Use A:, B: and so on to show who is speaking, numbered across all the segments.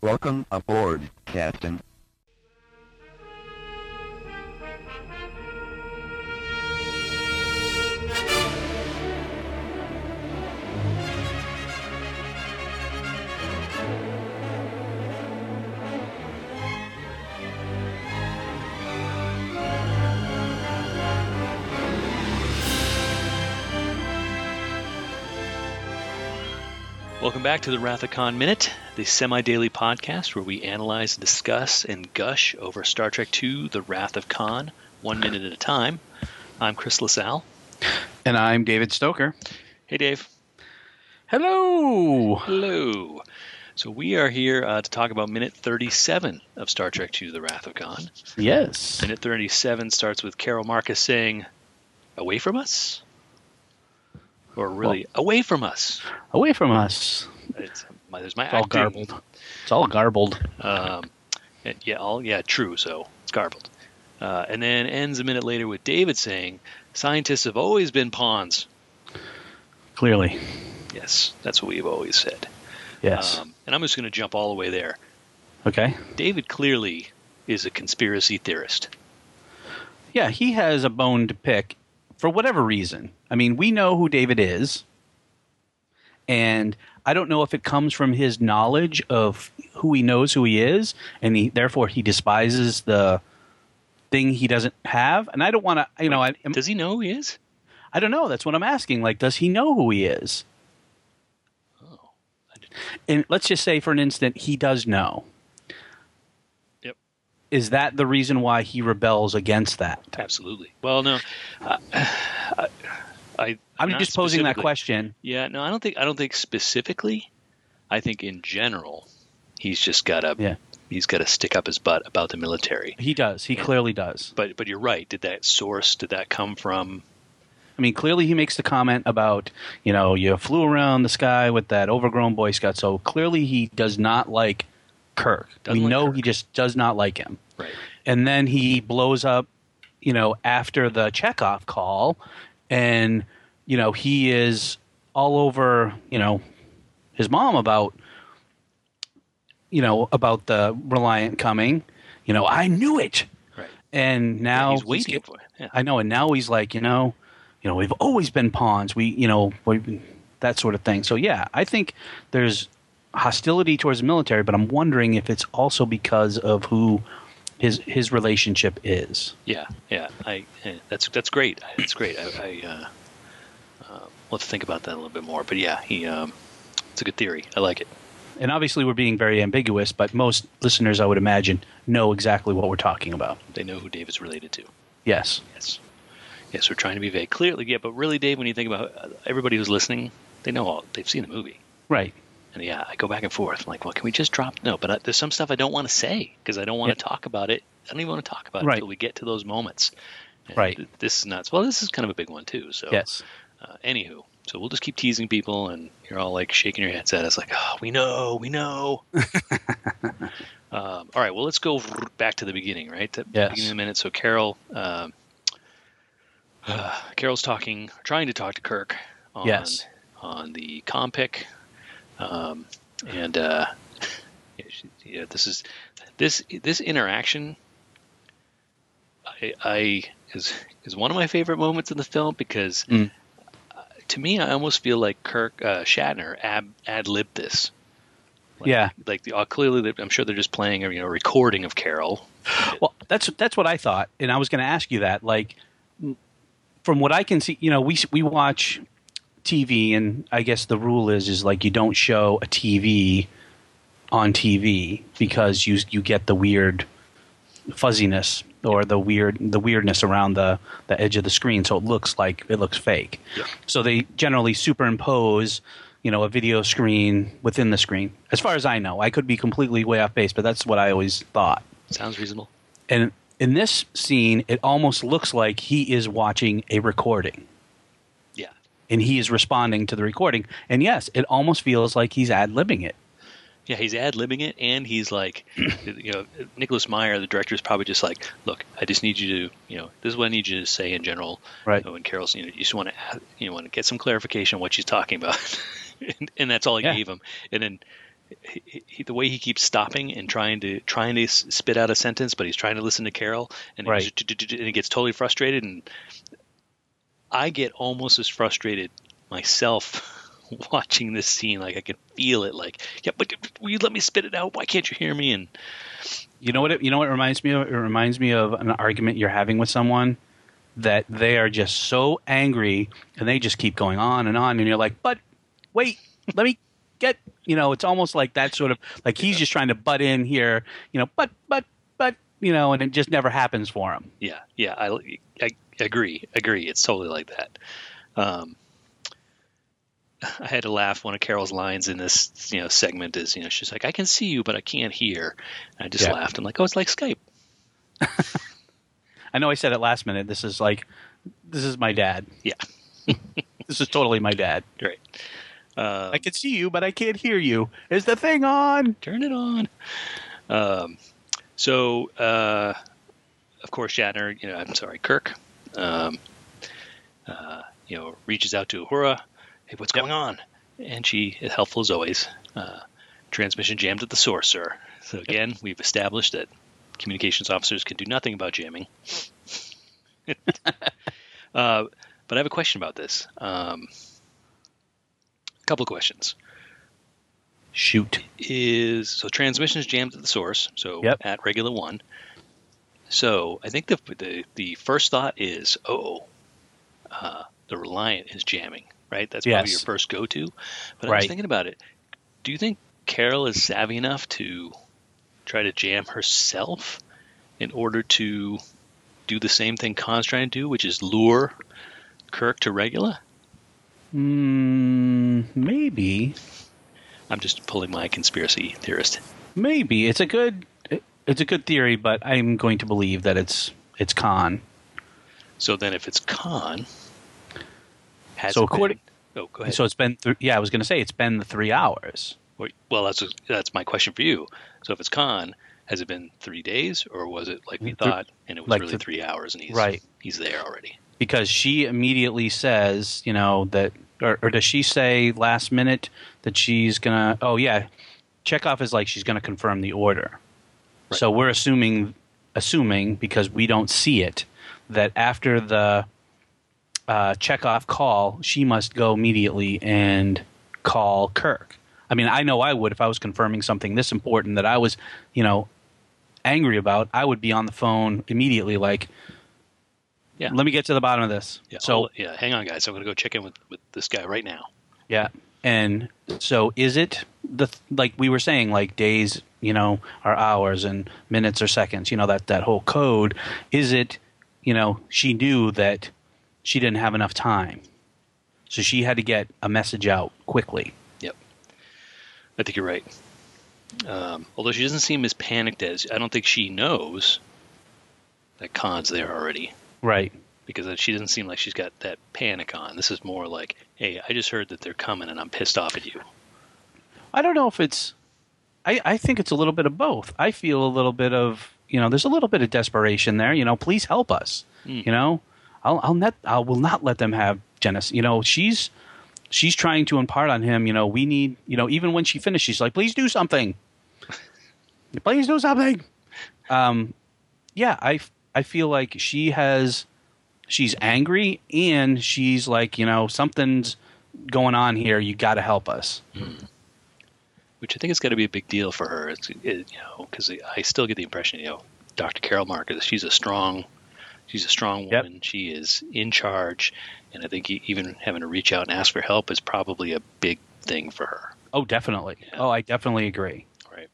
A: Welcome aboard, Captain.
B: Welcome back to the Rathacon Minute, the semi daily podcast where we analyze, discuss, and gush over Star Trek II The Wrath of Khan, one minute at a time. I'm Chris LaSalle.
C: And I'm David Stoker.
B: Hey, Dave.
C: Hello.
B: Hello. So, we are here uh, to talk about minute 37 of Star Trek II The Wrath of Khan.
C: Yes.
B: Minute 37 starts with Carol Marcus saying, Away from us? Or really, away from us.
C: Away from us.
B: It's, my, there's my
C: It's all
B: acting.
C: garbled. It's all garbled. Uh-huh.
B: Um, and yeah, all yeah, true. So it's garbled, uh, and then ends a minute later with David saying, "Scientists have always been pawns."
C: Clearly.
B: Yes, that's what we've always said.
C: Yes.
B: Um, and I'm just going to jump all the way there.
C: okay.
B: David clearly is a conspiracy theorist.
C: Mm-hmm. Yeah, he has a bone to pick for whatever reason. I mean, we know who David is. And I don't know if it comes from his knowledge of who he knows who he is, and he, therefore he despises the thing he doesn't have. And I don't want to, you know, I,
B: Does he know who he is?
C: I don't know. That's what I'm asking. Like, does he know who he is? And let's just say, for an instant, he does know.
B: Yep.
C: Is that the reason why he rebels against that?
B: Absolutely. Well, no. I, I,
C: I'm
B: not
C: just posing that
B: specifically.
C: question.
B: Yeah, no, I don't think I don't think specifically. I think in general, he's just got to
C: Yeah.
B: he's got to stick up his butt about the military.
C: He does. He clearly does.
B: But but you're right. Did that source? Did that come from?
C: I mean, clearly he makes the comment about, you know, you flew around the sky with that overgrown Boy Scout. So clearly he does not like Kirk.
B: Doesn't
C: we
B: like
C: know
B: Kirk.
C: he just does not like him.
B: Right.
C: and then he blows up you know after the checkoff call and you know he is all over you know his mom about you know about the reliant coming you know i knew it
B: Right.
C: and now
B: he's waiting
C: get-
B: for. It. Yeah.
C: i know and now he's like you know you know we've always been pawns we you know we that sort of thing so yeah i think there's hostility towards the military but i'm wondering if it's also because of who his his relationship is
B: Yeah. Yeah. I. eh, That's that's great. That's great. I. I uh, uh, we'll have to think about that a little bit more. But yeah, he. Um, it's a good theory. I like it.
C: and obviously we're being very ambiguous but most listeners i would imagine know exactly what we're talking about
B: They know who David's related to.
C: yes
B: Yes. Yes, we're trying to be vague. Clearly, yeah. But really, Dave, when you think about uh, everybody who's listening, they know all. They've seen the movie.
C: right
B: And yeah, I go back and forth. I'm like, well, can we just drop? No, but I, there's some stuff I don't want to say because I don't want
C: Yeah.
B: to talk about it. I don't even want to talk about
C: Right.
B: it until we get to those moments. And
C: Right.
B: th- this is nuts. Well, this is kind of a big one too. So,
C: yes
B: Uh, anywho, so we'll just keep teasing people, and you're all like shaking your heads at us, like, oh, we know, we know. um, all right, well, let's go back to the beginning, right? The
C: Yes.
B: beginning of the minute. So Carol, um, uh, Carol's talking, trying to talk to Kirk on
C: Yes.
B: on the compic, um, and uh, yeah, she, yeah, this is this this interaction. I, I is is one of my favorite moments in the film because
C: Mm.
B: uh, to me I almost feel like Kirk uh, Shatner ab, ad libbed this. Like,
C: Yeah.
B: like the, uh, clearly they- I'm sure they're just playing a you know recording of Carol.
C: Well, that's that's what I thought, and I was going to ask you that. Like, m- from what I can see, you know, we s- we watch TV, and I guess the rule is is like you don't show a TV on TV because you you get the weird fuzziness or the weird the weirdness around the the edge of the screen, so it looks like it looks fake. So they generally superimpose. You know, a video screen within the screen. As far as I know, I could be completely way off base, but that's what I always thought
B: Sounds reasonable.
C: and in this scene it almost looks like he is watching a recording
B: Yeah.
C: and he is responding to the recording and yes it almost feels like he's ad-libbing it
B: Yeah, he's ad libbing it, and he's like, you know, Nicholas Meyer, the director, is probably just like, look, I just need you to, you know, this is what I need you to say in general.
C: Right.
B: You know, when Carol's, you, know, you just want to, you want to get some clarification on what she's talking about, and, and that's all I
C: Yeah.
B: gave him. And then, he, he- the way he keeps stopping and trying to trying to s- spit out a sentence, but he's trying to listen to Carol, and he's- and he gets totally frustrated. And I get almost as frustrated myself watching this scene. Like I can feel it. Like, yeah, but will you let me spit it out? Why can't you hear me? And
C: You know what? It, you know what it reminds me of? It reminds me of an argument you're having with someone that they are just so angry and they just keep going on and on, and you're like, "But wait, let me get." You know, it's almost like that sort of like he's just trying to butt in here. You know, but but but you know, and it just never happens for him.
B: yeah, yeah, I, I agree, agree. It's totally like that. Um, I had to laugh. One of Carol's lines in this, you know, segment is, you know, she's like, "I can see you, but I can't hear." And I just
C: Yeah.
B: laughed. I'm like, "Oh, it's like Skype."
C: I know I said it last minute. This is like, this is my dad.
B: Yeah.
C: this is totally my dad.
B: Right. Um,
C: I can see you, but I can't hear you. Is the thing on?
B: turn it on. Um, so, uh, of course, Shatner, you know, I'm sorry, Kirk, um, uh, you know, reaches out to Uhura. Hey, what's going on? And she is helpful as always. Uh, transmission jammed at the source, sir. So, again, we've established that communications officers can do nothing about jamming. uh, but I have a question about this. Um, a couple of questions
C: Shoot.
B: is so transmission is jammed at the source, so
C: Yep.
B: at regular one. So I think the the, the first thought is, oh, uh, the Reliant is jamming, right? That's probably
C: Yes.
B: your first go to. But I was
C: Right.
B: thinking about it. Do you think Carol is savvy enough to try to jam herself in order to do the same thing Khan's trying to do, which is lure Kirk to regular?
C: Mm, maybe.
B: I'm just pulling my conspiracy theorist.
C: Maybe it's a good it's a good theory, but I'm going to believe that it's it's con.
B: So then, if it's Khan, has
C: So
B: it been-
C: according-
B: oh, go ahead.
C: So it's been th- yeah, I was going to say it's been the three hours.
B: Wait, well, that's that's my question for you. So if it's Khan, has it been three days, or was it like we
C: Th-
B: thought, and it was
C: like
B: really
C: the-
B: three hours, and he's
C: Right.
B: he's there already?
C: because she immediately says, you know, that, or, or does she say last minute that she's gonna? Oh yeah, Chekhov is like she's gonna confirm the order.
B: Right.
C: So we're assuming, assuming because we don't see it, that after the uh, Chekhov call, she must go immediately and call Kirk. I mean, I know I would if I was confirming something this important that I was, you know, angry about. I would be on the phone immediately, like,
B: Yeah.
C: let me get to the bottom of this.
B: Yeah.
C: so
B: I'll- yeah, hang on, guys. I'm gonna go check in with with this guy right now.
C: yeah, and so is it the th- like we were saying like days, you know, are hours and minutes or seconds, you know that that whole code. Is it, you know, she knew that she didn't have enough time, so she had to get a message out quickly.
B: Yep. I think you're right. Um, although she doesn't seem as panicked as I don't think she knows that Khan's there already.
C: Right.
B: because she doesn't seem like she's got that panic on. This is more like, hey, I just heard that they're coming and I'm pissed off at you.
C: I don't know if it's. I, I think it's a little bit of both. I feel a little bit of you know. There's a little bit of desperation there. You know, please help us.
B: Mm.
C: You know, I'll I'll not I will not let them have Janice. You know, she's she's trying to impart on him. You know, we need. You know, even when she finished, she's like, please do something. please do something. Um, yeah, I f- I feel like she has she's angry and she's like you know something's going on here. You got to help us.
B: Which I think is going to be a big deal for her. It's, it, you know, because I still get the impression, you know, Dr. Carol Marcus, she's a strong, she's a strong
C: Yep.
B: woman. She is in charge, and I think e- even having to reach out and ask for help is probably a big thing for her.
C: Oh, definitely.
B: Yeah.
C: Oh, I definitely agree.
B: Right.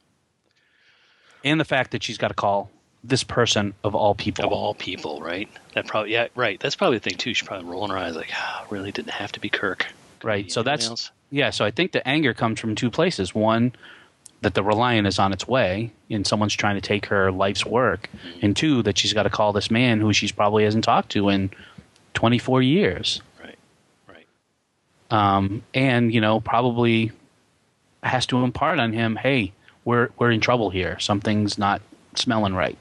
C: And the fact that she's got to call this person of all people.
B: Of all people, right? That probably, yeah, right. That's probably the thing too. She's probably rolling her eyes like, ah, really didn't have to be Kirk. Could
C: Right,
B: be
C: so
B: anyone
C: that's-
B: else.
C: Yeah, so I think the anger comes from two places. One, that the Reliant is on its way and someone's trying to take her life's work.
B: Mm-hmm.
C: And two, that she's got to call this man who she's probably hasn't talked to in 24 years.
B: right, right.
C: Um, and, you know, probably has to impart on him, hey, we're, we're in trouble here. Something's not smelling right.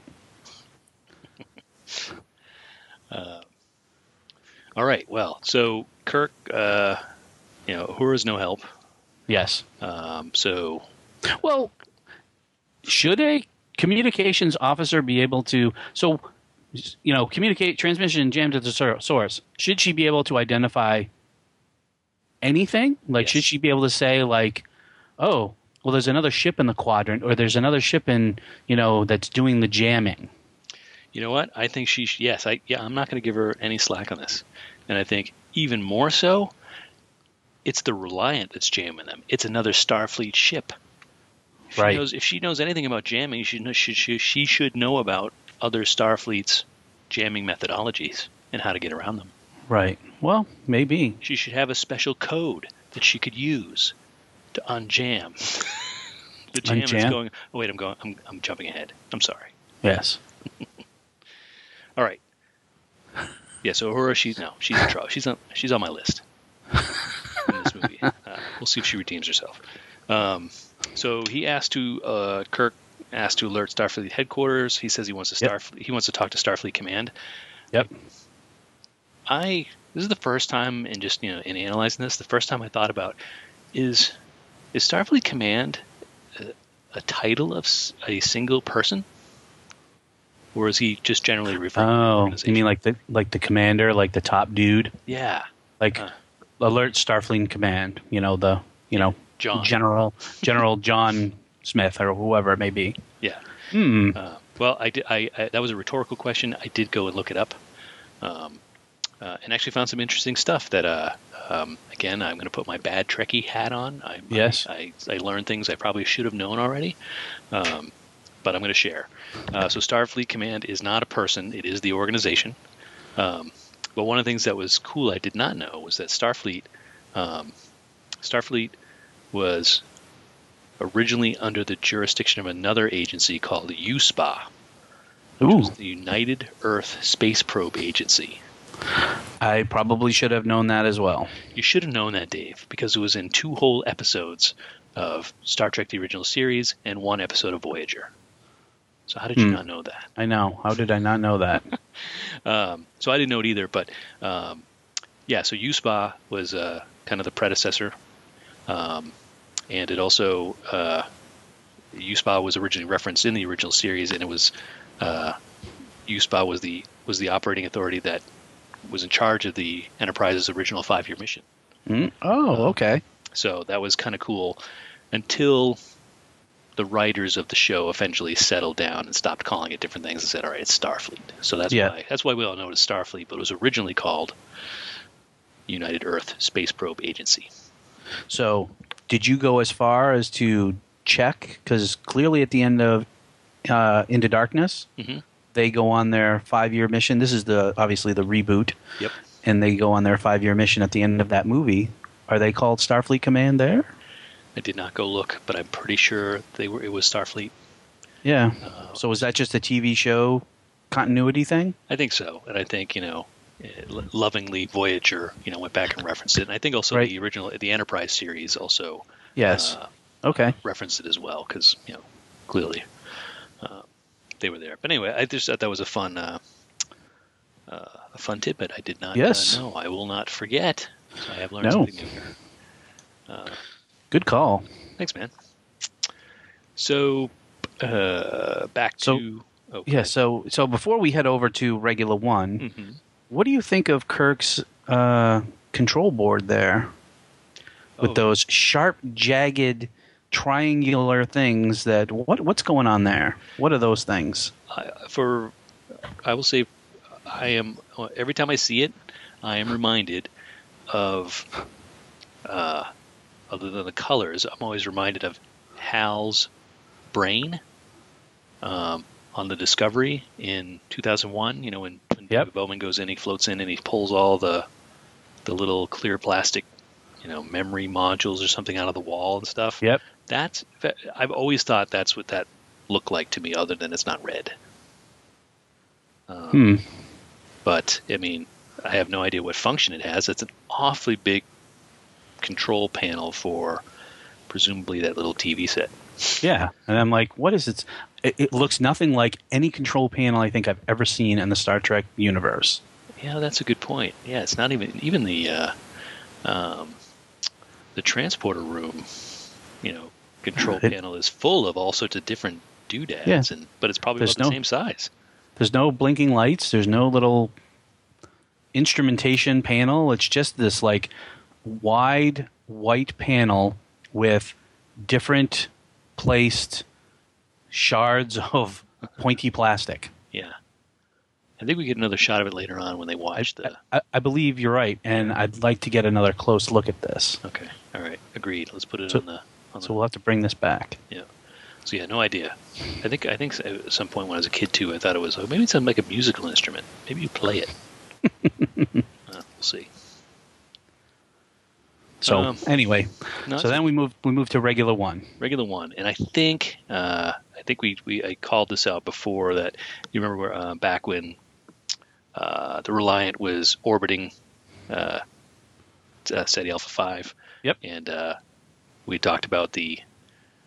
B: All right. Well, so Kirk, uh, you know, Uhura's no help.
C: Yes.
B: Um, so
C: Well, should a communications officer be able to? So, you know, communicate transmission jammed at the sor- source. Should she be able to identify anything? Like,
B: Yes.
C: should she be able to say like, oh, well, there's another ship in the quadrant, or there's another ship in you know that's doing the jamming.
B: you know what? I think she. Sh- yes, I. Yeah, I'm not going to give her any slack on this, and I think even more so, it's the Reliant that's jamming them. It's another Starfleet ship. If
C: Right.
B: She knows, if she knows anything about jamming, she knows, she, she she should know about other Starfleet's jamming methodologies and how to get around them.
C: Right. Well, maybe.
B: She should have a special code that she could use to unjam. the jam is
C: Unjam?
B: going. Oh wait, I'm going. I'm, I'm jumping ahead. I'm sorry.
C: Yes.
B: All right. Yeah, so Uhura, she's no, she's in trouble. She's on, she's on my list in this movie. Uh, we'll see if she redeems herself. Um, so he asked to uh, Kirk asked to alert Starfleet headquarters. He says he wants to
C: Yep.
B: Starfleet, he wants to talk to Starfleet command.
C: Yep.
B: I this is the first time in just you know in analyzing this, the first time I thought about is is Starfleet command a, a title of s- a single person, or is he just generally referring to an
C: Oh, you
B: organization?
C: mean like the like the commander, like the top dude,
B: yeah.
C: like
B: Huh.
C: alert Starfleet command. You know the you know
B: John.
C: General General John Smith or whoever it may be.
B: Yeah.
C: Hmm.
B: Uh, well, I, did, I, I that was a rhetorical question. I did go and look it up, um, uh, and actually found some interesting stuff that. Uh, um, again, I'm going to put my bad Trekkie hat on. I,
C: Yes.
B: I, I, I learned things I probably should have known already, um, but I'm going to share. Uh, so, Starfleet Command is not a person; it is the organization. Um, but one of the things that was cool I did not know was that Starfleet, um, Starfleet, was originally under the jurisdiction of another agency called USPA,
C: Ooh,
B: the United Earth Space Probe Agency.
C: I probably should have known that as well.
B: You should have known that, Dave, because it was in two whole episodes of Star Trek: The Original Series and one episode of Voyager. So how did you
C: Hmm.
B: not know that?
C: I know. How did I not know that?
B: Um, so I didn't know it either, but um, yeah. So USPA was uh, kind of the predecessor, um, and it also uh, USPA was originally referenced in the original series, and it was uh, USPA was the was the operating authority that was in charge of the Enterprise's original five year mission.
C: Hmm? Oh, okay.
B: So that was kind of cool until the writers of the show eventually settled down and stopped calling it different things and said, "All right, it's Starfleet." So that's
C: Yeah.
B: why that's why we all know it as Starfleet, but it was originally called United Earth Space Probe Agency.
C: So, did you go as far as to check? Because clearly, at the end of uh, Into Darkness,
B: Mhm.
C: they go on their five-year mission. This is the obviously the reboot,
B: Yep.
C: and they go on their five-year mission at the end of that movie. Are they called Starfleet Command there?
B: I did not go look, but I'm pretty sure they were. It was Starfleet.
C: Yeah.
B: Uh,
C: So was that just a TV show continuity thing?
B: I think so, and I think you know, eh, lo- lovingly Voyager, you know, went back and referenced it, and I think also
C: Right.
B: the original, the Enterprise series also
C: Yes.
B: uh,
C: okay.
B: referenced it as well because you know clearly uh, they were there. But anyway, I just thought that was a fun uh, uh, a fun tidbit. I did not
C: Yes.
B: uh, know. I will not forget. So I have learned
C: No.
B: something new here. Uh,
C: Good call.
B: thanks, man. So uh, back
C: So-
B: to oh,
C: Yeah. So so before we head over to regular one,
B: Mhm.
C: what do you think of Kirk's uh, control board there with
B: Oh.
C: those sharp, jagged, triangular things? That what what's going on there? What are those things?
B: I, for I will say I am every time I see it, I am reminded of uh, other than the colors, I'm always reminded of Hal's brain um, on the Discovery in 2001. You know when, when
C: Yep.
B: David Bowman goes in, he floats in and he pulls all the the little clear plastic, you know, memory modules or something out of the wall and stuff.
C: Yep.
B: That's I've always thought that's what that looked like to me, other than it's not red. Um,
C: Hmm.
B: But I mean, I have no idea what function it has. It's an awfully big control panel for presumably that little TV set.
C: Yeah. And I'm like, what is it? It, it looks nothing like any control panel I think I've ever seen in the Star Trek universe.
B: Yeah, that's a good point. Yeah, it's not even even the uh, um, the transporter room. You know, control
C: It-
B: panel is full of all sorts of different doodads,
C: Yeah.
B: and but it's probably
C: There's
B: about the
C: no-
B: same size.
C: There's no blinking lights. There's no little instrumentation panel. It's just this like wide white panel with different placed shards of pointy plastic.
B: Yeah, I think we get another shot of it later on when they watch the.
C: I, I believe you're right, and I'd like to get another close look at this.
B: Okay, all right, agreed. Let's put it
C: So-
B: on the. On
C: So
B: the
C: we'll have to bring this back.
B: yeah. So yeah, no idea. I think I think at some point when I was a kid too, I thought it was oh, maybe it sounded like a musical instrument. Maybe you play it. uh, we'll see.
C: So
B: Um,
C: anyway,
B: No,
C: so
B: it's-
C: then we move we move to regular one.
B: regular one, and I think uh, I think we, we I called this out before that. You remember where, uh, back when uh, the Reliant was orbiting uh, t- uh, SETI Alpha Five.
C: Yep.
B: And uh, we talked about the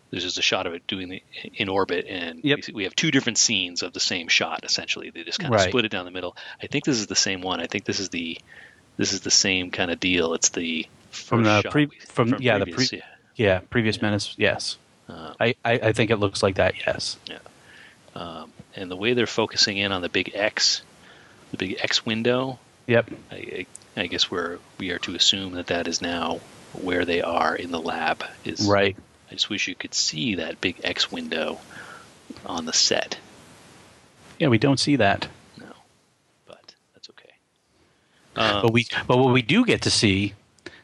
B: there's just a shot of it doing the in orbit, and
C: Yep.
B: we, we have two different scenes of the same shot. Essentially, they just kind of
C: Right.
B: split it down the middle. I think this is the same one. I think this is the this is the same kind of deal. It's the
C: From
B: first
C: the
B: shot
C: pre-
B: we-
C: from- yeah, the
B: previous,
C: pre- Yeah, previous minutes. Yes,
B: yeah. Um,
C: I, I I think it looks like that. Yes.
B: um, and the way they're focusing in on the big X, the big X window,
C: Yep.
B: I, I, I guess we're we are to assume that that is now where they are in the lab. Is
C: Right.
B: I just wish you could see that big X window on the set.
C: Yeah, we don't see that,
B: No, but that's okay. Um,
C: but we but what we do get to see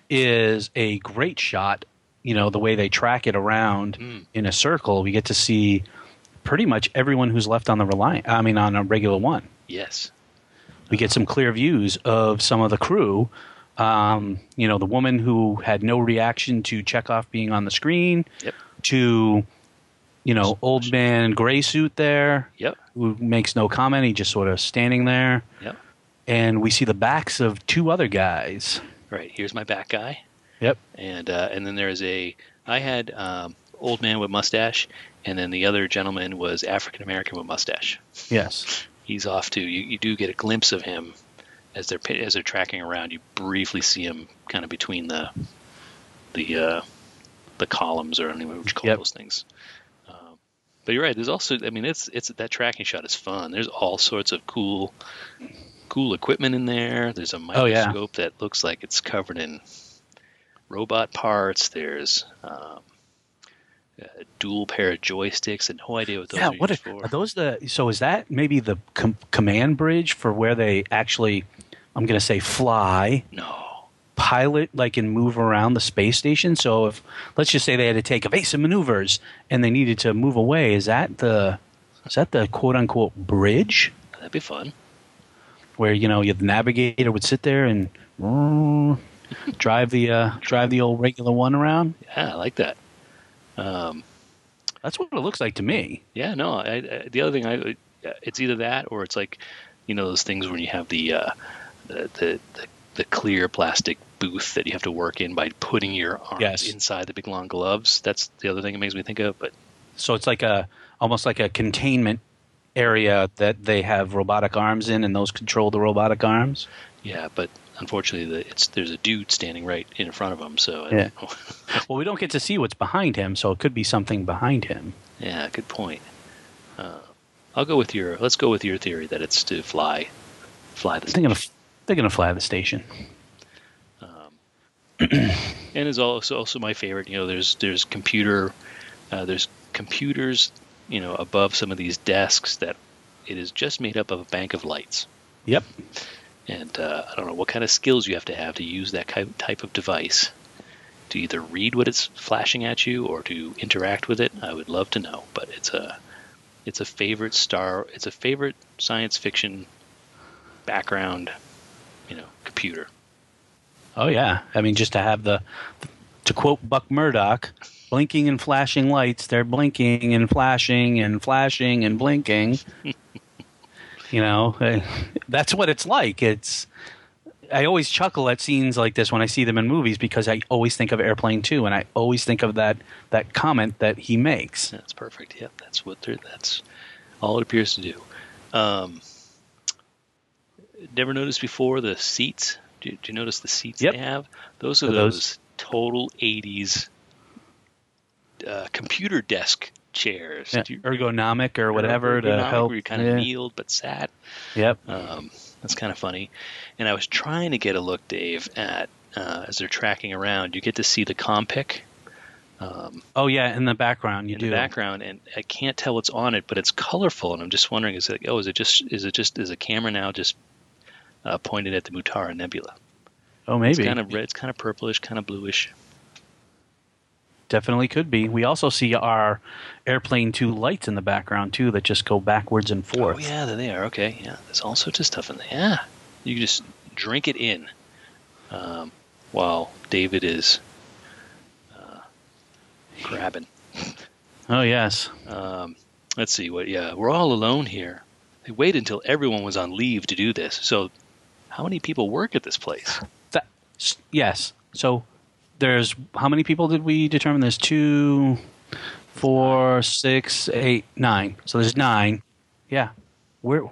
C: is a great shot. You know the way they track it around
B: Mm.
C: in a circle. We get to see pretty much everyone who's left on the reliant. I mean, on a regular one.
B: yes,
C: we get some clear views of some of the crew. Um, you know, the woman who had no reaction to Chekhov being on the screen,
B: Yep.
C: to, you know, old man gray suit there,
B: yep,
C: who makes no comment. He just sort of standing there.
B: yep.
C: And we see the backs of two other guys.
B: Right here's my back guy,
C: Yep.
B: and uh, and then there is a I had um, old man with mustache, and then the other gentleman was African American with mustache.
C: Yes.
B: he's off too. You, you do get a glimpse of him as they're pi- as they're tracking around. You briefly see him kind of between the the uh, the columns or I don't know what you call
C: Yep.
B: those things. Um, but you're right. There's also I mean it's it's that tracking shot is fun. There's all sorts of cool cool equipment in there. There's a
C: Oh, yeah.
B: microscope that looks like it's covered in robot parts. There's um, a dual pair of joysticks. and no idea what those
C: yeah.
B: are
C: What
B: used
C: are,
B: for.
C: are those? The so is that maybe the com- command bridge for where they actually? I'm going to say fly.
B: no.
C: pilot like and move around the space station so if let's just say they had to take evasive maneuvers and they needed to move away is that the is that the quote unquote bridge
B: That'd be fun.
C: where you know you- the navigator would sit there and mm, drive the uh, drive the old regular one around
B: Yeah, I like that. Um,
C: that's what it looks like to me
B: yeah, no. I, I, the other thing, I it's either that or it's like, you know, those things when you have the, uh, the the the the clear plastic booth that you have to work in by putting your arms
C: Yes.
B: inside the big long gloves. That's the other thing it makes me think of. But
C: so it's like a almost like a containment area that they have robotic arms in and those control the robotic arms
B: yeah, but unfortunately, the, it's there's a dude standing right in front of him. So I
C: Yeah.
B: don't know.
C: well we don't get to see what's behind him so it could be something behind him
B: yeah, good point. Uh, I'll go with your. Let's go with your theory that it's to fly, fly the.
C: they're gonna they're gonna fly the station.
B: um, and is also also my favorite. You know, there's there's computer, uh, there's computers, you know, above some of these desks that it is just made up of a bank of lights.
C: Yep.
B: And uh, I don't know what kind of skills you have to have to use that ki- type of device to either read what it's flashing at you or to interact with it. I would love to know, but it's a it's a favorite star. It's a favorite science fiction background, you know, computer.
C: Oh yeah. I mean, just to have the to quote Buck Murdoch, blinking and flashing lights. They're blinking and flashing and flashing and blinking. you know, eh, that's what it's like. It's I always chuckle at scenes like this when I see them in movies because I always think of Airplane 2 and I always think of that that comment that he makes.
B: That's perfect. Yep, that's what they're. That's all it appears to do. Um, never noticed before the seats. Do, do you notice the seats
C: Yep.
B: they have? Those are
C: Are
B: those,
C: those-
B: total '80s uh, computer desk chairs,
C: Yeah,
B: Do you-
C: ergonomic or whatever to
B: ergonomic,
C: help.
B: Where you kind of
C: yeah.
B: kneeled but sat.
C: Yep.
B: Um, that's kind of funny. And I was trying to get a look, Dave, at uh, as they're tracking around. You get to see the compic um,
C: Oh yeah, in the background you
B: in
C: do.
B: the background, and I can't tell what's on it, but it's colorful. And I'm just wondering, is it? Oh, is it just? Is it just? Is a camera now just uh, pointed at the Mutara Nebula?
C: oh maybe.
B: It's kind of red. It's kind of purplish. Kind of bluish.
C: Definitely could be. We also see our airplane two lights in the background too that just go backwards and forth.
B: Oh yeah, there they are. Okay, yeah. There's all sorts of stuff in there. Yeah, you can just drink it in. Um, while David is uh, grabbing.
C: Oh, yes.
B: Um, let's see what. Yeah, we're all alone here. They waited until everyone was on leave to do this. So, how many people work at this place?
C: That, s- yes. So there's how many people did we determine? There's two, four, six, eight, nine. So there's nine. Yeah. Where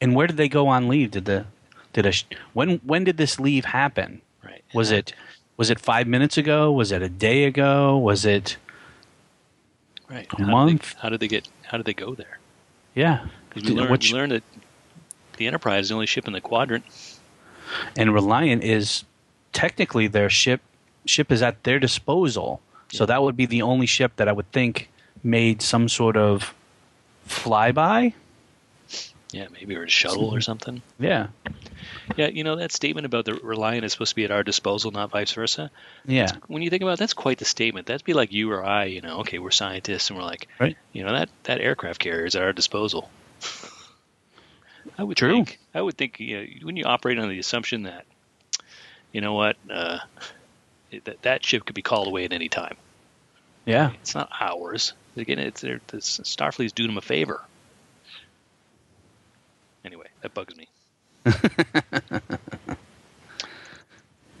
C: and where did they go on leave? Did the did a sh- when when did this leave happen?
B: Right.
C: Was it was it five minutes ago? Was it a day ago? Was it
B: right?
C: a
B: how Did
C: month?
B: they, how did they get? How did they go there?
C: yeah?
B: 'Cause we learned,
C: Which-
B: we learned that the Enterprise is the only ship in the quadrant.
C: and Reliant is technically their ship ship is at their disposal. So that would be the only ship that I would think made some sort of flyby.
B: Yeah, maybe or a shuttle or something.
C: Yeah,
B: Yeah, you know that statement about the Reliant is supposed to be at our disposal, not vice versa.
C: yeah,
B: When you think about it, that's quite the statement. That'd be like you or I, you know, okay, we're scientists and we're like,
C: Right.
B: you know, that that aircraft carrier is at our disposal. I would
C: True.
B: think I would think you know, when you operate on the assumption that you know what, uh, that that ship could be called away at any time.
C: yeah.
B: It's not ours. Again, it's their, this, Starfleet's doing them a favor. Anyway, that bugs me.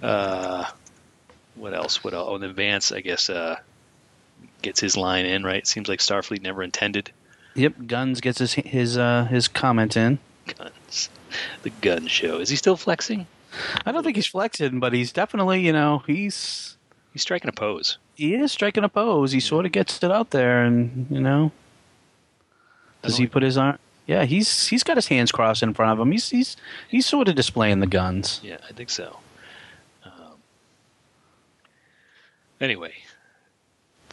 B: uh, what else? What else? Oh, and then Vance, I guess, uh, gets his line in, right? Seems like Starfleet never intended
C: Yep, Guns gets his his uh, his comment in.
B: guns. The gun show. Is he still flexing?
C: I don't think he's flexing, but he's definitely you know he's
B: He's striking a pose.
C: he is striking a pose. He sort of gets it out there, and you know, does he put his arm? Yeah, he's he's got his hands crossed in front of him. He's he's he's sort of displaying the guns.
B: Yeah, I think so. Um, anyway,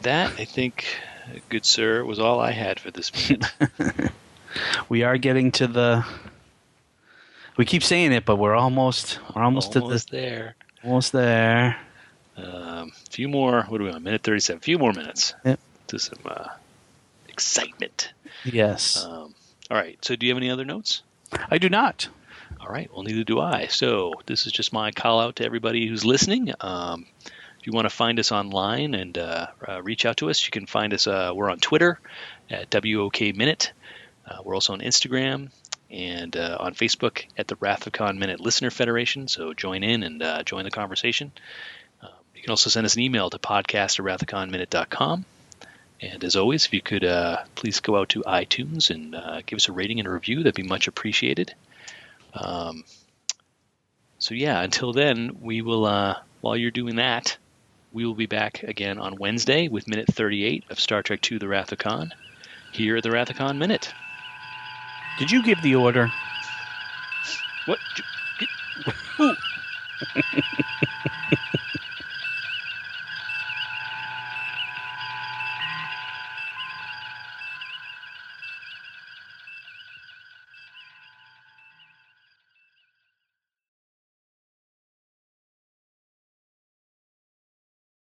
B: that I think, good sir, was all I had for this minute.
C: we are getting to the we keep saying it but we're almost we're almost,
B: Almost
C: to
B: there.
C: the almost there
B: Um, few more. What are we on? Minute thirty-seven. Few more minutes
C: Yep.
B: to some uh, excitement.
C: yes
B: Um, all right. So, do you have any other notes?
C: i do not
B: All right. Well, neither do I. So, this is just my call out to everybody who's listening. Um, if you want to find us online and uh, uh, reach out to us, you can find us. Uh, we're on Twitter at WOK Minute. Uh, we're also on Instagram and uh, on Facebook at the Rathacon Minute Listener Federation. So join in and uh, join the conversation. Um, you can also send us an email to podcast at rathaconminute.com. And as always, if you could uh, please go out to iTunes and uh, give us a rating and a review, that'd be much appreciated. Um, so yeah, until then, we will. Uh, while you're doing that, we will be back again on Wednesday with minute 38 of Star Trek II: The Wrath of Khan. Here at the Wrath of Khan minute.
C: did you give the order
B: What?